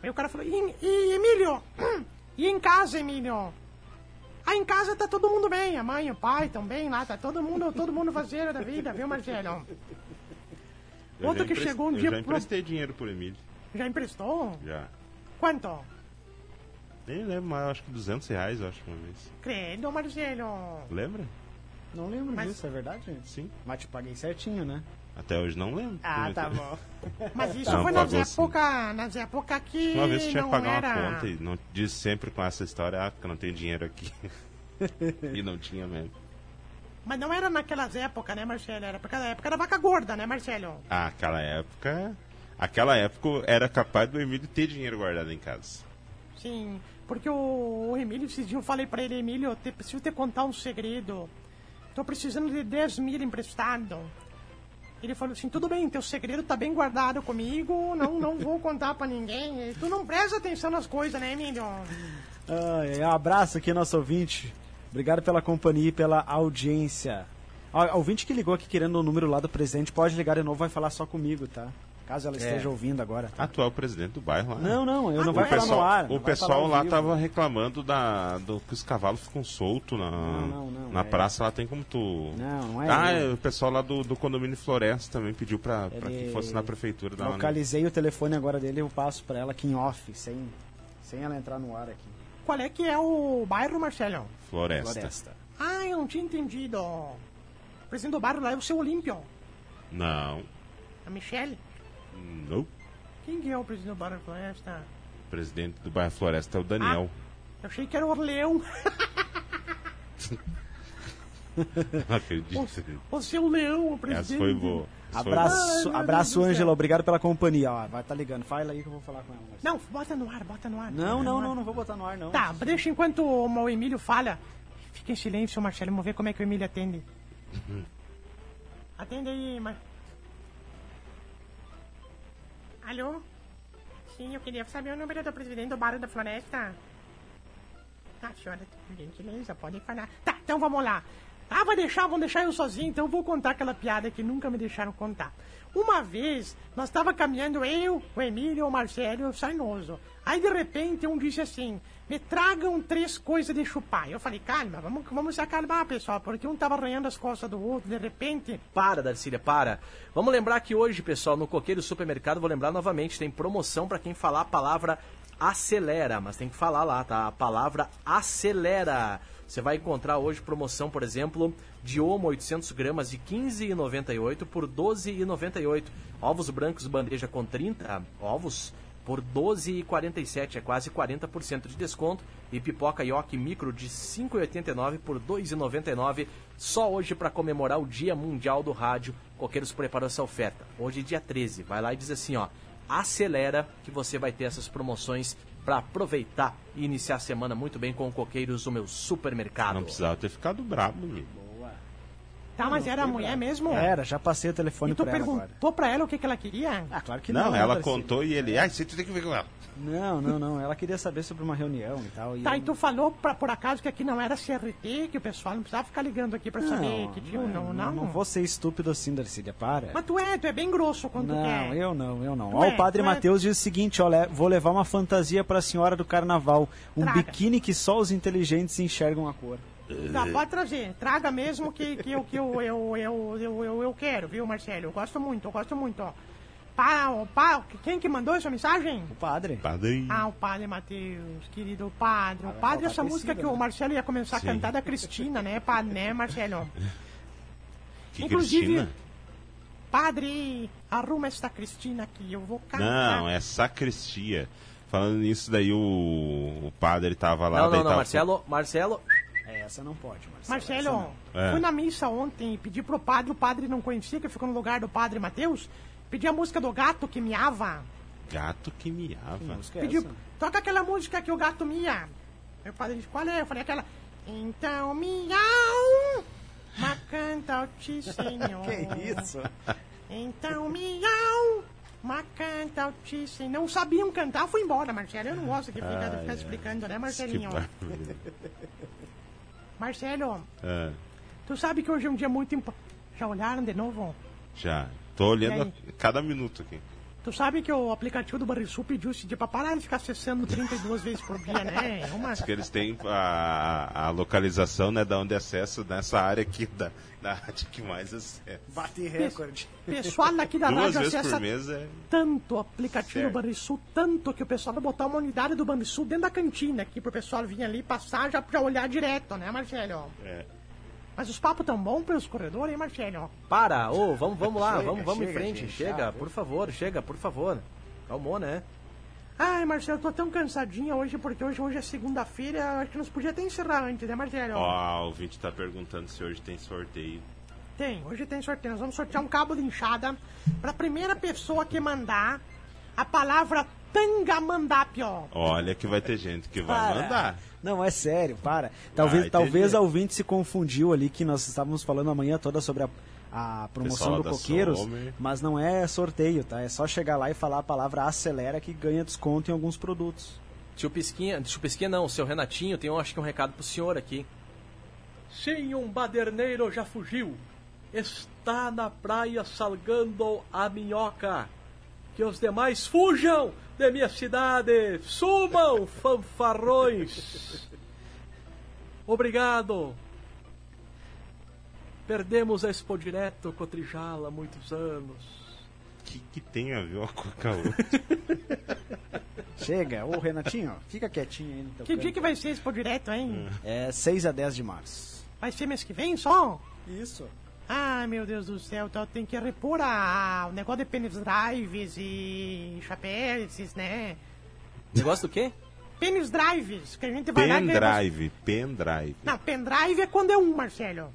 [SPEAKER 1] Aí o cara falou: E, e Emílio? E em casa, Emílio? Aí em casa tá todo mundo bem, a mãe, o pai também lá, tá todo mundo, todo mundo fazeiro da vida, viu, Marcelo?
[SPEAKER 3] Eu
[SPEAKER 1] Outro
[SPEAKER 3] já
[SPEAKER 1] que
[SPEAKER 3] emprest-
[SPEAKER 1] chegou um
[SPEAKER 3] eu
[SPEAKER 1] dia
[SPEAKER 3] já
[SPEAKER 1] pro-
[SPEAKER 3] emprestei dinheiro pro Emílio.
[SPEAKER 1] Já emprestou?
[SPEAKER 3] Já.
[SPEAKER 1] Quanto?
[SPEAKER 3] Nem lembro, mas eu acho que 200 reais, eu acho, uma vez.
[SPEAKER 1] Credo, Marcelo.
[SPEAKER 3] Lembra?
[SPEAKER 2] Não lembro
[SPEAKER 1] Mas-
[SPEAKER 2] disso, é verdade?
[SPEAKER 3] Sim.
[SPEAKER 2] Mas te paguei certinho, né?
[SPEAKER 3] Até hoje não lembro.
[SPEAKER 2] Ah,
[SPEAKER 3] Prometeu.
[SPEAKER 2] tá bom.
[SPEAKER 1] Mas isso
[SPEAKER 3] Não,
[SPEAKER 1] foi nas
[SPEAKER 3] pagou sim.
[SPEAKER 1] épocas nas época que
[SPEAKER 3] Uma vez eu tinha que
[SPEAKER 1] não
[SPEAKER 3] pagar uma
[SPEAKER 1] era...
[SPEAKER 3] conta e não diz sempre com essa história, ah, que eu não tenho dinheiro aqui. e não tinha mesmo.
[SPEAKER 1] Mas não era naquelas épocas, né, Marcelo? Era porque na época era vaca gorda, né, Marcelo?
[SPEAKER 3] Ah, aquela época. Aquela época era capaz do Emílio ter dinheiro guardado em casa.
[SPEAKER 1] Sim, porque o, o Emílio, esses dias eu falei pra ele, Emílio, eu te, preciso te contar um segredo. Tô precisando de 10 mil emprestado. Ele falou assim, tudo bem, teu segredo tá bem guardado comigo, não, não vou contar pra ninguém. E tu não presta atenção nas coisas, né, Emílio?
[SPEAKER 2] Ai, um abraço aqui, nosso ouvinte. Obrigado pela companhia e pela audiência. Ó, ouvinte que ligou aqui querendo o número lá do presidente, pode ligar de novo, vai falar só comigo, tá? Caso ela esteja ouvindo agora. tá?
[SPEAKER 3] Atual presidente do bairro lá. né?
[SPEAKER 2] Não, não, eu não
[SPEAKER 1] Ah,
[SPEAKER 2] vai
[SPEAKER 1] não é?
[SPEAKER 2] falar no ar.
[SPEAKER 3] É. o
[SPEAKER 2] não vai
[SPEAKER 3] pessoal
[SPEAKER 2] falar ao
[SPEAKER 3] lá tá-
[SPEAKER 2] vivo.
[SPEAKER 3] tava reclamando da, do que os cavalos ficam soltos na,
[SPEAKER 2] não, não,
[SPEAKER 3] na
[SPEAKER 2] é-
[SPEAKER 3] praça. Lá tem como tu.
[SPEAKER 2] Não, não é
[SPEAKER 3] Ah,
[SPEAKER 2] eu.
[SPEAKER 3] o pessoal lá do, do condomínio Floresta também pediu pra, pra
[SPEAKER 2] Ele-
[SPEAKER 3] que fosse na prefeitura da
[SPEAKER 2] Localizei o telefone agora dele, eu passo pra ela aqui em off, sem, sem ela entrar no ar aqui. é
[SPEAKER 1] Qual é que é o bairro, Marcelo?
[SPEAKER 3] Floresta.
[SPEAKER 2] Floresta.
[SPEAKER 1] Ah, eu não tinha entendido. O presidente do bairro lá é o seu Olímpio.
[SPEAKER 3] Não.
[SPEAKER 1] A Michelle?
[SPEAKER 3] Não.
[SPEAKER 1] Quem que é o presidente do bairro da floresta?
[SPEAKER 3] Presidente do bairro
[SPEAKER 2] Ah.
[SPEAKER 3] Floresta é o Daniel.
[SPEAKER 1] Eu achei que era o Orleão.
[SPEAKER 3] Não acredito.
[SPEAKER 1] Ô, seu leão, o
[SPEAKER 3] Essa
[SPEAKER 1] presidente.
[SPEAKER 3] foi boa. Essa foi boa.
[SPEAKER 2] Abraço,
[SPEAKER 1] Ai, meu
[SPEAKER 2] abraço,
[SPEAKER 1] Deus do
[SPEAKER 2] Ângela.
[SPEAKER 1] céu.
[SPEAKER 2] Obrigado pela companhia. Ó, vai tá ligando. Fala aí que eu vou falar com ela.
[SPEAKER 1] Não, bota no ar, bota no ar.
[SPEAKER 2] Não,
[SPEAKER 1] Bota
[SPEAKER 2] não,
[SPEAKER 1] no
[SPEAKER 2] não,
[SPEAKER 1] ar.
[SPEAKER 2] não vou botar no ar, não.
[SPEAKER 1] Tá, deixa enquanto o o Emílio fala. Fica em silêncio, Marcelo. Vamos ver como é que o Emílio atende. Atende aí, Mar... Alô? Sim, eu queria saber o número do presidente do Barão da Floresta. Tá, senhora, por gentileza, pode falar. Tá, então vamos lá. Ah, vai deixar, vão deixar eu sozinho, então eu vou contar aquela piada que nunca me deixaram contar. Uma vez, nós estava caminhando eu, o Emílio, o Marcelo e o Sarnoso. Aí, de repente, um disse assim, me tragam três coisas de chupar. Eu falei, calma, vamos, vamos se acalmar, pessoal, porque um tava arranhando as costas do outro, de repente...
[SPEAKER 4] Para, Darcília, para. Vamos lembrar que hoje, pessoal, no Coqueiro Supermercado, vou lembrar novamente, tem promoção pra quem falar a palavra acelera, mas tem que falar lá, tá? A palavra acelera. Você vai encontrar hoje promoção, por exemplo, de homo 800 gramas de 15,98 por 12,98. Ovos brancos bandeja com 30 ovos por 12,47, é quase 40% de desconto. E pipoca Yoki Micro de 5,89 por 2,99. Só hoje para comemorar o Dia Mundial do Rádio. Coqueiros preparou essa oferta. Hoje é dia 13. Vai lá e diz assim, ó. Acelera que você vai ter essas promoções para aproveitar e iniciar a semana muito bem com o Coqueiros, o meu supermercado.
[SPEAKER 3] Não precisava ter ficado brabo, menino.
[SPEAKER 1] Tá, mas
[SPEAKER 2] é
[SPEAKER 1] era a mulher mesmo?
[SPEAKER 2] Era, já passei o telefone
[SPEAKER 1] E tu
[SPEAKER 2] pra ela agora.
[SPEAKER 1] perguntou pra ela o que, que ela queria?
[SPEAKER 2] Ah, claro que não.
[SPEAKER 3] Não,
[SPEAKER 2] né,
[SPEAKER 3] ela
[SPEAKER 2] Darcy?
[SPEAKER 3] contou e ele. Ai, você tem que ver com ela.
[SPEAKER 2] Não, não, não. Ela queria saber sobre uma reunião e tal. E
[SPEAKER 1] Tá,
[SPEAKER 2] eu-
[SPEAKER 1] e tu falou pra, por acaso que aqui não era CRT, que o pessoal não precisava ficar ligando aqui pra saber que tinha ou não, não?
[SPEAKER 2] Não vou ser estúpido assim, Darcília, para.
[SPEAKER 1] Mas tu é, tu é bem grosso quando tu
[SPEAKER 2] Não,
[SPEAKER 1] quer.
[SPEAKER 2] eu não, eu não.
[SPEAKER 1] Tu
[SPEAKER 2] Ó,
[SPEAKER 1] é,
[SPEAKER 2] o padre
[SPEAKER 1] tu é.
[SPEAKER 2] Mateus diz o seguinte, olha, vou levar uma fantasia pra senhora do carnaval, um
[SPEAKER 1] Traga.
[SPEAKER 2] biquíni que só os inteligentes enxergam a cor.
[SPEAKER 1] Tá, pode trazer, traga mesmo que, que, eu, que eu, eu, eu, eu, eu, eu quero, viu, Marcelo? Eu gosto muito, eu gosto muito, ó. Pa, ó, pa, quem que mandou essa mensagem?
[SPEAKER 2] O padre?
[SPEAKER 3] Padre.
[SPEAKER 1] Ah, o Padre Matheus, querido Padre. O Padre, essa música que o Marcelo ia começar a cantar da Cristina, né, padre, né, Marcelo?
[SPEAKER 3] que
[SPEAKER 1] inclusive-
[SPEAKER 3] Cristina?
[SPEAKER 1] Padre, arruma esta Cristina aqui, eu vou cantar.
[SPEAKER 3] Não, é sacristia. Falando nisso, daí o, o padre tava lá.
[SPEAKER 4] Não,
[SPEAKER 3] daí
[SPEAKER 4] não, não,
[SPEAKER 3] tava-
[SPEAKER 4] Marcelo, Marcelo,
[SPEAKER 2] É, essa não pode, Marcelo. essa
[SPEAKER 1] Marcelo,
[SPEAKER 2] não.
[SPEAKER 3] É.
[SPEAKER 1] fui na missa ontem e pedi pro padre, o padre não conhecia, que ficou no lugar do padre Mateus. Pedi a música do gato que miava.
[SPEAKER 3] Gato que miava.
[SPEAKER 2] Música é
[SPEAKER 1] Pedi,
[SPEAKER 2] essa?
[SPEAKER 1] toca aquela música que o gato mia. Aí o padre disse, qual é? Eu falei aquela. Então, miau, mas canta o ti, senhor.
[SPEAKER 2] Que isso?
[SPEAKER 1] Então, miau, mas canta o ti, senhor. Não sabiam cantar, fui embora, Marcelo. Eu não gosto de ficar, de ficar explicando, né,
[SPEAKER 3] Que
[SPEAKER 1] Marcelinho?
[SPEAKER 3] barbaridade.
[SPEAKER 1] Marcelo,
[SPEAKER 3] Ah,
[SPEAKER 1] tu sabe que hoje é um dia muito importante. Já olharam de novo?
[SPEAKER 3] já. Tô olhando
[SPEAKER 1] E
[SPEAKER 3] a- cada minuto aqui.
[SPEAKER 1] Tu sabe que o aplicativo do Banrisul pediu esse dia pra parar de ficar acessando 32 vezes por dia, né? É Uma...
[SPEAKER 3] Porque eles têm a, a localização, né, da onde acessa nessa área aqui da, da rádio que mais acessa.
[SPEAKER 2] Bate
[SPEAKER 1] Pes-
[SPEAKER 2] recorde.
[SPEAKER 1] Pessoal daqui da
[SPEAKER 3] Duas
[SPEAKER 1] rádio
[SPEAKER 3] vezes
[SPEAKER 1] acessa
[SPEAKER 3] por mês é.
[SPEAKER 1] tanto o aplicativo
[SPEAKER 3] Certo.
[SPEAKER 1] do Banrisul, tanto que o pessoal vai botar uma unidade do Banrisul dentro da cantina aqui pro pessoal vir ali passar já pra olhar direto, né, Marcelo?
[SPEAKER 3] É.
[SPEAKER 1] Mas os papos tão bons pelos corredores, hein, Marcelo?
[SPEAKER 4] para, ô, vamos, vamos lá,
[SPEAKER 2] Chega,
[SPEAKER 4] vamos, vamos em
[SPEAKER 2] chega,
[SPEAKER 4] frente,
[SPEAKER 2] gente,
[SPEAKER 4] chega,
[SPEAKER 2] já,
[SPEAKER 4] por favor, chega, por favor. Calmou, né?
[SPEAKER 1] Ai, Marcelo, eu tô tão cansadinha hoje, porque hoje, hoje é segunda-feira, eu acho que nós podíamos até encerrar antes, né, Marcelo?
[SPEAKER 3] Ó, o vídeo tá perguntando se hoje tem sorteio.
[SPEAKER 1] Tem, hoje tem sorteio. Nós vamos sortear um cabo de inchada pra primeira pessoa que mandar a palavra tangamandápio.
[SPEAKER 3] Olha que vai ter gente que vai mandar.
[SPEAKER 2] Não, é sério, para. Talvez,
[SPEAKER 3] Vai,
[SPEAKER 2] talvez
[SPEAKER 3] entendi.
[SPEAKER 2] a ouvinte se confundiu ali que nós estávamos falando amanhã toda sobre a, a promoção
[SPEAKER 3] Pessoal
[SPEAKER 2] do
[SPEAKER 3] da
[SPEAKER 2] Coqueiros,
[SPEAKER 3] Some.
[SPEAKER 2] mas não é sorteio, tá? É só chegar lá e falar a palavra acelera que ganha desconto em alguns produtos.
[SPEAKER 4] Tio Pisquinha, tio Pisquinha não, seu Renatinho tem, um- acho que um recado pro senhor aqui. Sim, um baderneiro já fugiu. Está na praia salgando a minhoca. Que os demais fujam de minha cidade. Sumam, fanfarrões. Obrigado. Perdemos a Expo Direto Cotrijala há muitos anos.
[SPEAKER 3] O que, que tem a ver uma com a outra?
[SPEAKER 2] Chega, ô Renatinho, fica quietinho aí no teu
[SPEAKER 1] Que
[SPEAKER 2] canto.
[SPEAKER 1] dia que vai ser esse por direto, hein?
[SPEAKER 2] É 6 a 10 de março.
[SPEAKER 1] Vai ser mês que vem só?
[SPEAKER 2] Isso.
[SPEAKER 1] Ai, meu Deus do céu, então tem que repor a, o negócio de pendrives e chapéus, né?
[SPEAKER 4] Negócio do quê?
[SPEAKER 1] Pendrives, que a gente vai lá... e ganha-
[SPEAKER 3] Pendrive, pendrive.
[SPEAKER 1] Não, pendrive é quando é um, Marcelo.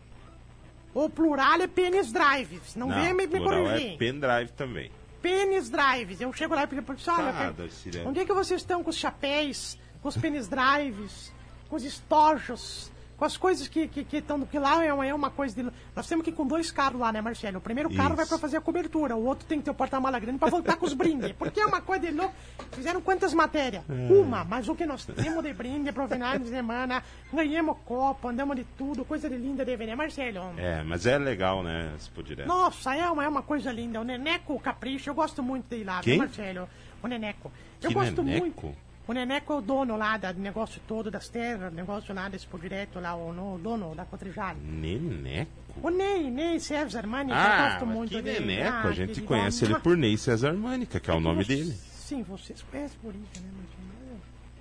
[SPEAKER 1] O plural é pênis drives. Não,
[SPEAKER 3] Não,
[SPEAKER 1] venha me, me
[SPEAKER 3] plural
[SPEAKER 1] corrigir.
[SPEAKER 3] é pendrive também.
[SPEAKER 1] Pênis drives. Eu chego lá e pergunto, pessoal, olha,
[SPEAKER 3] Tá,
[SPEAKER 1] pe-
[SPEAKER 3] Darcília.
[SPEAKER 1] onde é que vocês estão com os chapéus, com os pênis drives, com os estojos, com as coisas que estão... Que, que, tão- que lá é uma, é uma coisa de... Nós temos que ir com dois carros lá, né, Marcelo? O primeiro carro
[SPEAKER 3] Isso.
[SPEAKER 1] vai pra fazer a cobertura, o outro tem que ter o porta-mala grande pra voltar com os brindes. Porque é uma coisa de louco. Fizeram quantas matérias? Uma, mas o que nós temos de brinde pro final de semana, ganhamos copo, andamos de tudo, coisa de linda de ver, né, Marcelo?
[SPEAKER 3] É, mas é legal, né? Se puder. direto.
[SPEAKER 1] Nossa, é uma, é uma coisa linda. O Neneco Capricho, eu gosto muito dele lá,
[SPEAKER 3] Quem?
[SPEAKER 1] viu, Marcelo? O Neneco. Eu
[SPEAKER 3] Que
[SPEAKER 1] gosto
[SPEAKER 3] Neneco?
[SPEAKER 1] muito. O Neneco é o dono lá do negócio todo das terras, negócio lá desse por direto lá, o, no- o dono da Cotrijal.
[SPEAKER 3] Neneco.
[SPEAKER 1] O Ney, Ney César Armani, eu
[SPEAKER 3] Ah,
[SPEAKER 1] gosto
[SPEAKER 3] mas
[SPEAKER 1] muito
[SPEAKER 3] que
[SPEAKER 1] dele.
[SPEAKER 3] Neneco.
[SPEAKER 1] Ah,
[SPEAKER 3] A gente
[SPEAKER 1] que
[SPEAKER 3] conhece
[SPEAKER 1] igual-
[SPEAKER 3] ele por Ney César Armânica, que é o nome dele.
[SPEAKER 1] Sim, vocês conhecem por isso, né, Marcelo?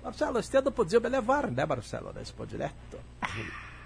[SPEAKER 4] Marcelo, você não podia me levar, né, Marcelo? Nesse direto.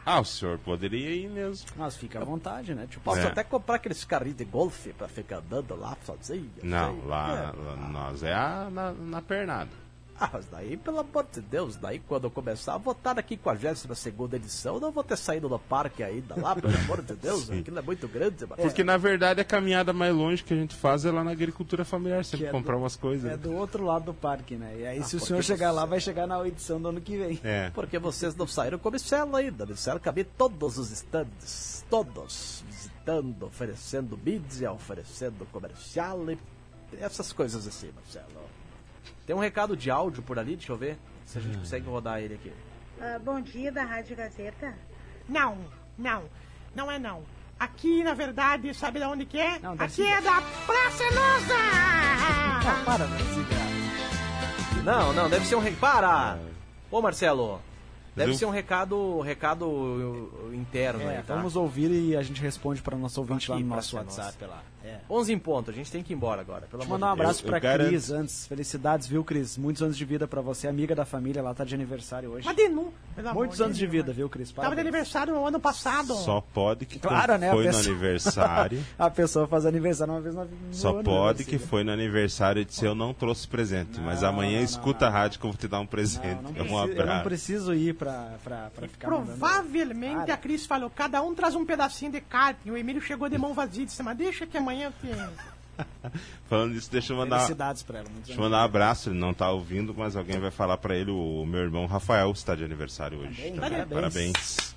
[SPEAKER 3] Ah, o senhor poderia ir mesmo.
[SPEAKER 2] Mas fica à vontade, né? Tipo,
[SPEAKER 4] Posso
[SPEAKER 3] É.
[SPEAKER 4] até comprar aqueles carrinhos de golfe pra ficar andando lá sozinho.
[SPEAKER 3] Não,
[SPEAKER 4] sei.
[SPEAKER 3] lá,
[SPEAKER 4] É.
[SPEAKER 3] lá nós é a- na, na pernada.
[SPEAKER 4] Ah, mas daí, pelo amor de Deus, daí quando eu começar a votar aqui com a 42 edição, eu não vou ter saído do parque ainda lá, pelo amor de Deus, aquilo é muito grande, mano.
[SPEAKER 3] Porque na verdade a caminhada mais longe que a gente faz é lá na agricultura familiar, sempre
[SPEAKER 2] Que é
[SPEAKER 3] comprar
[SPEAKER 2] do-
[SPEAKER 3] umas coisas.
[SPEAKER 2] É do outro lado do parque, né? E
[SPEAKER 3] Ah,
[SPEAKER 2] aí, se o
[SPEAKER 4] porque
[SPEAKER 2] senhor chegar
[SPEAKER 4] você-
[SPEAKER 2] lá, vai chegar na edição do ano que vem.
[SPEAKER 3] É.
[SPEAKER 4] Porque vocês não saíram com micela ainda. Micela cabe todos os estandes, todos visitando, oferecendo mídia, oferecendo comercial e essas coisas assim, Marcelo. Tem um recado de áudio por ali, deixa eu ver se a
[SPEAKER 3] Ah.
[SPEAKER 4] gente consegue rodar ele aqui.
[SPEAKER 7] Ah, bom dia da Rádio Gazeta.
[SPEAKER 1] Não, não, não é não. Aqui, na verdade, sabe da onde que é?
[SPEAKER 2] Não,
[SPEAKER 1] Aqui
[SPEAKER 2] Darcy.
[SPEAKER 1] é da Praça Nossa!
[SPEAKER 2] Ah, para, Brasilia.
[SPEAKER 4] Não, não, deve ser um recado. Para! Ô Marcelo, deve
[SPEAKER 3] É. Viu?
[SPEAKER 4] ser um recado, recado uh, interno
[SPEAKER 2] É,
[SPEAKER 4] aí, tá?
[SPEAKER 2] vamos ouvir e a gente responde para o nosso ouvinte lá
[SPEAKER 4] Aqui,
[SPEAKER 2] no
[SPEAKER 4] pra
[SPEAKER 2] nosso
[SPEAKER 4] ser nosso.
[SPEAKER 2] WhatsApp lá. É.
[SPEAKER 4] 11 em ponto, a gente tem que ir embora agora, pelo
[SPEAKER 2] Deixa eu
[SPEAKER 4] amor de
[SPEAKER 2] mandar um
[SPEAKER 4] Deus.
[SPEAKER 2] abraço
[SPEAKER 3] eu
[SPEAKER 2] pra
[SPEAKER 3] garanto.
[SPEAKER 2] Cris antes. Felicidades, viu, Cris? Muitos anos de vida pra você, amiga da família, ela tá de aniversário hoje.
[SPEAKER 1] Mas de nu, pelo amor
[SPEAKER 2] Muitos anos de
[SPEAKER 1] Deus,
[SPEAKER 2] vida,
[SPEAKER 1] mas-
[SPEAKER 2] viu, Cris?
[SPEAKER 1] Tava de
[SPEAKER 2] Parabéns.
[SPEAKER 1] aniversário no ano passado.
[SPEAKER 3] Só pode que
[SPEAKER 2] Claro, né? A
[SPEAKER 3] foi no
[SPEAKER 2] pessoa-
[SPEAKER 3] aniversário.
[SPEAKER 2] a pessoa faz aniversário uma vez na vida.
[SPEAKER 3] Só pode que foi no aniversário e disse eu não trouxe presente, mas
[SPEAKER 2] Não,
[SPEAKER 3] amanhã
[SPEAKER 2] não,
[SPEAKER 3] escuta a rádio que eu vou te dar um presente.
[SPEAKER 2] Ah. Não, não preciso-
[SPEAKER 3] é um
[SPEAKER 2] eu não
[SPEAKER 3] abraço.
[SPEAKER 2] preciso ir pra, pra, pra ficar mandando-
[SPEAKER 1] Provavelmente
[SPEAKER 2] Cara.
[SPEAKER 1] a Cris falou, cada um traz um pedacinho de carta. E o Emílio chegou de mão vazia e disse, mas deixa que amanhã tem.
[SPEAKER 3] Falando isso, deixa eu mandar, deixa
[SPEAKER 2] Felicidades pra ela. Muitos
[SPEAKER 3] eu
[SPEAKER 2] anos.
[SPEAKER 3] mandar um abraço, ele não tá ouvindo, mas alguém vai falar pra ele, o meu irmão Rafael está de aniversário hoje.
[SPEAKER 2] Também,
[SPEAKER 3] também.
[SPEAKER 2] parabéns.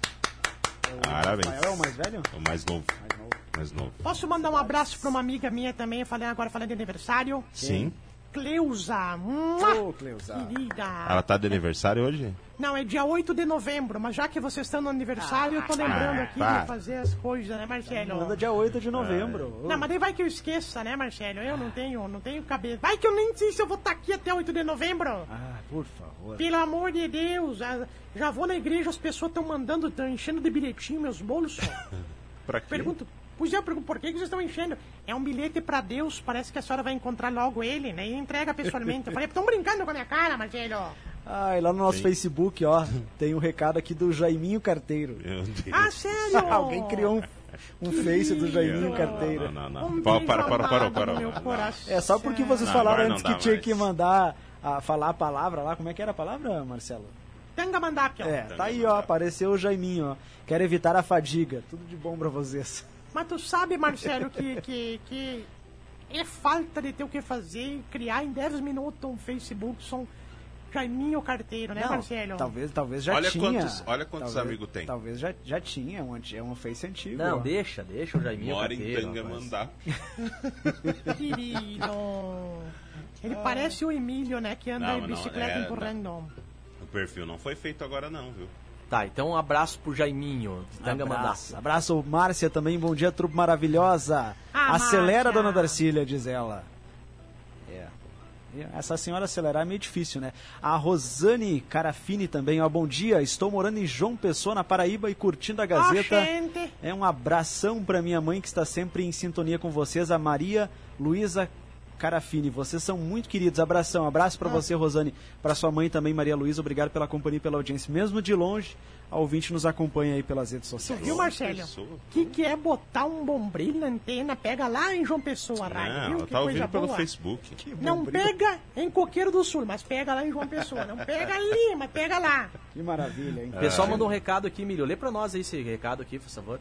[SPEAKER 3] Parabéns.
[SPEAKER 2] O
[SPEAKER 3] Parabéns.
[SPEAKER 2] Rafael é o mais velho?
[SPEAKER 3] É o mais novo,
[SPEAKER 2] Mais novo.
[SPEAKER 3] mais novo.
[SPEAKER 1] Posso mandar um abraço pra uma amiga minha também, falei "Ah, agora falando de aniversário?
[SPEAKER 3] Sim.
[SPEAKER 1] Cleusa.
[SPEAKER 2] Ô,
[SPEAKER 1] Mua,
[SPEAKER 2] Cleusa.
[SPEAKER 1] querida.
[SPEAKER 2] Ah.
[SPEAKER 3] Ela tá de aniversário hoje?
[SPEAKER 1] Não, é dia 8 de novembro, mas já que vocês estão no aniversário, eu tô lembrando
[SPEAKER 3] ah,
[SPEAKER 1] aqui
[SPEAKER 3] tá.
[SPEAKER 1] de fazer as coisas, né,
[SPEAKER 2] Manda
[SPEAKER 1] Marcelo?
[SPEAKER 2] dia 8 é,
[SPEAKER 3] Ah,
[SPEAKER 2] de novembro. Ô,
[SPEAKER 3] é.
[SPEAKER 1] Não, mas daí vai que eu esqueça, né, Marcelo? Eu não tenho, não tenho cabeça. Vai que eu nem sei se eu vou estar aqui até 8 de novembro.
[SPEAKER 2] Ah, por favor.
[SPEAKER 1] Pelo amor de Deus, já, já vou na igreja, as pessoas estão mandando, estão enchendo de bilhetinho meus bolsos.
[SPEAKER 3] Pra quê?
[SPEAKER 1] Pergunto, pois é, eu pergunto, por que que vocês estão enchendo? É um bilhete pra Deus, parece que a senhora vai encontrar logo ele, né? E entrega pessoalmente. Eu falei, estão brincando com a minha cara, Marcelo.
[SPEAKER 2] Ah, e lá no nosso Facebook, ó, tem um recado aqui do Jaiminho Carteiro.
[SPEAKER 3] Meu Deus.
[SPEAKER 1] Ah, sério?
[SPEAKER 2] Alguém criou um, um face do Jaiminho
[SPEAKER 1] Não,
[SPEAKER 2] Carteiro.
[SPEAKER 3] Não, não, não.
[SPEAKER 1] Um
[SPEAKER 3] Para,
[SPEAKER 1] beijo
[SPEAKER 3] para, para, para,
[SPEAKER 1] amado
[SPEAKER 3] para.
[SPEAKER 1] no meu
[SPEAKER 3] Não, não.
[SPEAKER 1] coração.
[SPEAKER 2] É só porque vocês
[SPEAKER 3] Não,
[SPEAKER 2] falaram
[SPEAKER 3] agora não
[SPEAKER 2] antes
[SPEAKER 3] dá
[SPEAKER 2] que tinha
[SPEAKER 3] mais.
[SPEAKER 2] que mandar a, falar a palavra lá. Como é que era a palavra, Marcelo?
[SPEAKER 1] Tangamandápia.
[SPEAKER 2] É, tá aí, ó, apareceu o Jaiminho, ó. Quero evitar a fadiga. Tudo de bom pra vocês.
[SPEAKER 1] Mas tu sabe, Marcelo, que, que, que é falta de ter o que fazer e criar em 10 minutos um Facebook só um Jaiminho Carteiro, né,
[SPEAKER 2] Não, tá
[SPEAKER 1] Marcelo?
[SPEAKER 2] Talvez, talvez já
[SPEAKER 3] Olha
[SPEAKER 2] tinha.
[SPEAKER 3] quantos- olha quantos
[SPEAKER 2] Talvez-
[SPEAKER 3] amigos tem.
[SPEAKER 2] Talvez já, já tinha, é um, anti- é um face antigo.
[SPEAKER 4] Não,
[SPEAKER 2] ó.
[SPEAKER 4] deixa, deixa o Jaiminho
[SPEAKER 3] Mora em
[SPEAKER 4] carteiro,
[SPEAKER 3] Tanga
[SPEAKER 4] rapaz.
[SPEAKER 3] mandar.
[SPEAKER 1] Querido. Ele parece o Emílio, né, que anda de
[SPEAKER 3] Não, não,
[SPEAKER 1] bicicleta
[SPEAKER 3] é,
[SPEAKER 1] empurrando.
[SPEAKER 3] O perfil não foi feito agora não, viu?
[SPEAKER 4] Tá, então um abraço pro Jaiminho, de Tanga
[SPEAKER 2] Abraço,
[SPEAKER 4] Mandaça.
[SPEAKER 2] abraço, Márcia também. Bom dia, trupe maravilhosa.
[SPEAKER 1] Ah,
[SPEAKER 2] Acelera,
[SPEAKER 1] Márcia.
[SPEAKER 2] dona Darcília, diz ela. É. Essa senhora acelerar é meio difícil, né? A Rosane Carafini também, ó. Bom dia, estou morando em João Pessoa, na Paraíba, e curtindo a
[SPEAKER 1] Ó,
[SPEAKER 2] Gazeta.
[SPEAKER 1] gente.
[SPEAKER 2] É um abração pra minha mãe que está sempre em sintonia com vocês, a Maria Luísa Carafini. Vocês são muito queridos. Abração, abraço
[SPEAKER 1] Ah.
[SPEAKER 2] pra você, Rosane, pra sua mãe também, Maria Luísa. Obrigado pela companhia e pela audiência. Mesmo de longe, a ouvinte nos acompanha aí pelas redes
[SPEAKER 1] Tu
[SPEAKER 2] sociais.
[SPEAKER 1] viu, Marcelo?
[SPEAKER 3] Pessoa.
[SPEAKER 1] O que, que é botar um bombril na antena? Pega lá em João Pessoa, Rai.
[SPEAKER 3] Não,
[SPEAKER 1] Viu?
[SPEAKER 3] ela
[SPEAKER 1] Que
[SPEAKER 3] tá
[SPEAKER 1] coisa
[SPEAKER 3] ouvindo pelo
[SPEAKER 1] boa.
[SPEAKER 3] Facebook.
[SPEAKER 1] Não pega em Coqueiro do Sul, mas pega lá em João Pessoa. Não pega ali, mas pega lá.
[SPEAKER 3] É.
[SPEAKER 2] Que maravilha, hein?
[SPEAKER 4] É. O pessoal mandou um recado aqui, Milho. Lê pra nós aí esse recado aqui, por favor.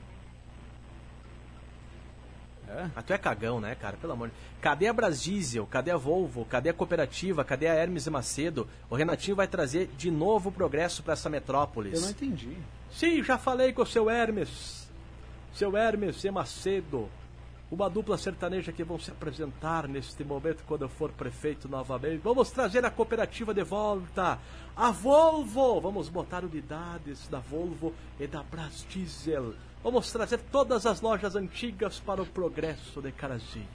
[SPEAKER 2] É?
[SPEAKER 4] Ah, tu é cagão, né, cara? Pelo amor de Cadê a Brasdiesel? Cadê a Volvo? Cadê a Cooperativa? Cadê a Hermes e Macedo? O Renatinho vai trazer de novo progresso pra essa metrópolis.
[SPEAKER 2] Eu não entendi.
[SPEAKER 4] Sim, já falei com o seu Hermes. Seu Hermes e Macedo. Uma dupla sertaneja que vão se apresentar neste momento quando eu for prefeito novamente. Vamos trazer a cooperativa de volta. A Volvo! Vamos botar unidades da Volvo e da Brás Diesel. Vamos trazer todas as lojas antigas para o progresso de Carazinho.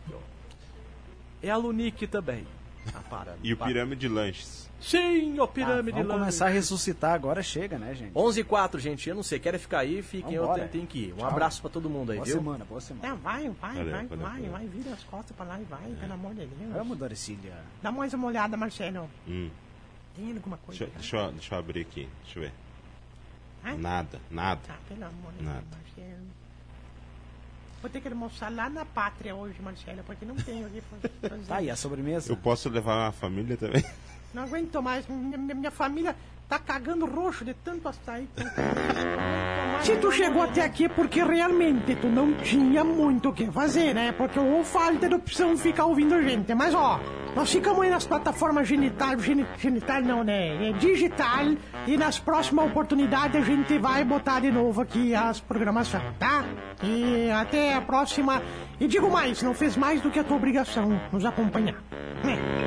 [SPEAKER 4] E a Lunique também. Ah, para,
[SPEAKER 3] E o
[SPEAKER 4] para.
[SPEAKER 3] Pirâmide Lanches.
[SPEAKER 4] Sim, o
[SPEAKER 2] Ah,
[SPEAKER 4] Pirâmide
[SPEAKER 2] vamos
[SPEAKER 4] Lanches.
[SPEAKER 2] começar a ressuscitar agora, chega, né, gente?
[SPEAKER 4] 11 e 4, gente. Eu não sei. Querem ficar aí? Fiquem. Eu
[SPEAKER 2] Vambora.
[SPEAKER 4] tenho, tenho que ir. Um
[SPEAKER 2] Tchau.
[SPEAKER 4] abraço pra todo mundo aí,
[SPEAKER 2] Boa
[SPEAKER 4] viu?
[SPEAKER 2] semana, boa semana.
[SPEAKER 1] É, vai, vai,
[SPEAKER 3] Valeu,
[SPEAKER 1] vai,
[SPEAKER 3] valeu,
[SPEAKER 1] vai,
[SPEAKER 3] valeu. É.
[SPEAKER 1] vai, vira as costas pra lá e vai, pelo amor de Deus.
[SPEAKER 2] Vamos, Doricília.
[SPEAKER 1] Dá mais uma olhada, Marcelo.
[SPEAKER 3] Hum.
[SPEAKER 1] Tem alguma coisa?
[SPEAKER 3] Deixa, deixa eu, deixa eu abrir aqui. Deixa eu ver.
[SPEAKER 1] é. Ai.
[SPEAKER 3] Nada, nada.
[SPEAKER 1] Ah, pelo amor de
[SPEAKER 3] Nada.
[SPEAKER 1] Deus, Marcelo. Vou ter que almoçar lá na pátria hoje, Marcelo, porque não tenho o que fazer.
[SPEAKER 2] Tá, e a sobremesa?
[SPEAKER 3] Eu posso levar a família também?
[SPEAKER 1] Não aguento mais. Minha, minha- minha família tá cagando roxo de tanto açaí. Se tu chegou até aqui é porque realmente tu não tinha muito o que fazer, né? Porque ou falta de opção ficar ouvindo gente. Mas ó, nós ficamos aí nas plataformas genital, geni- genital não, né? É digital. E nas próximas oportunidades a gente vai botar de novo aqui as programações, tá? E até a próxima. E digo mais, não fez mais do que a tua obrigação nos acompanhar. Né?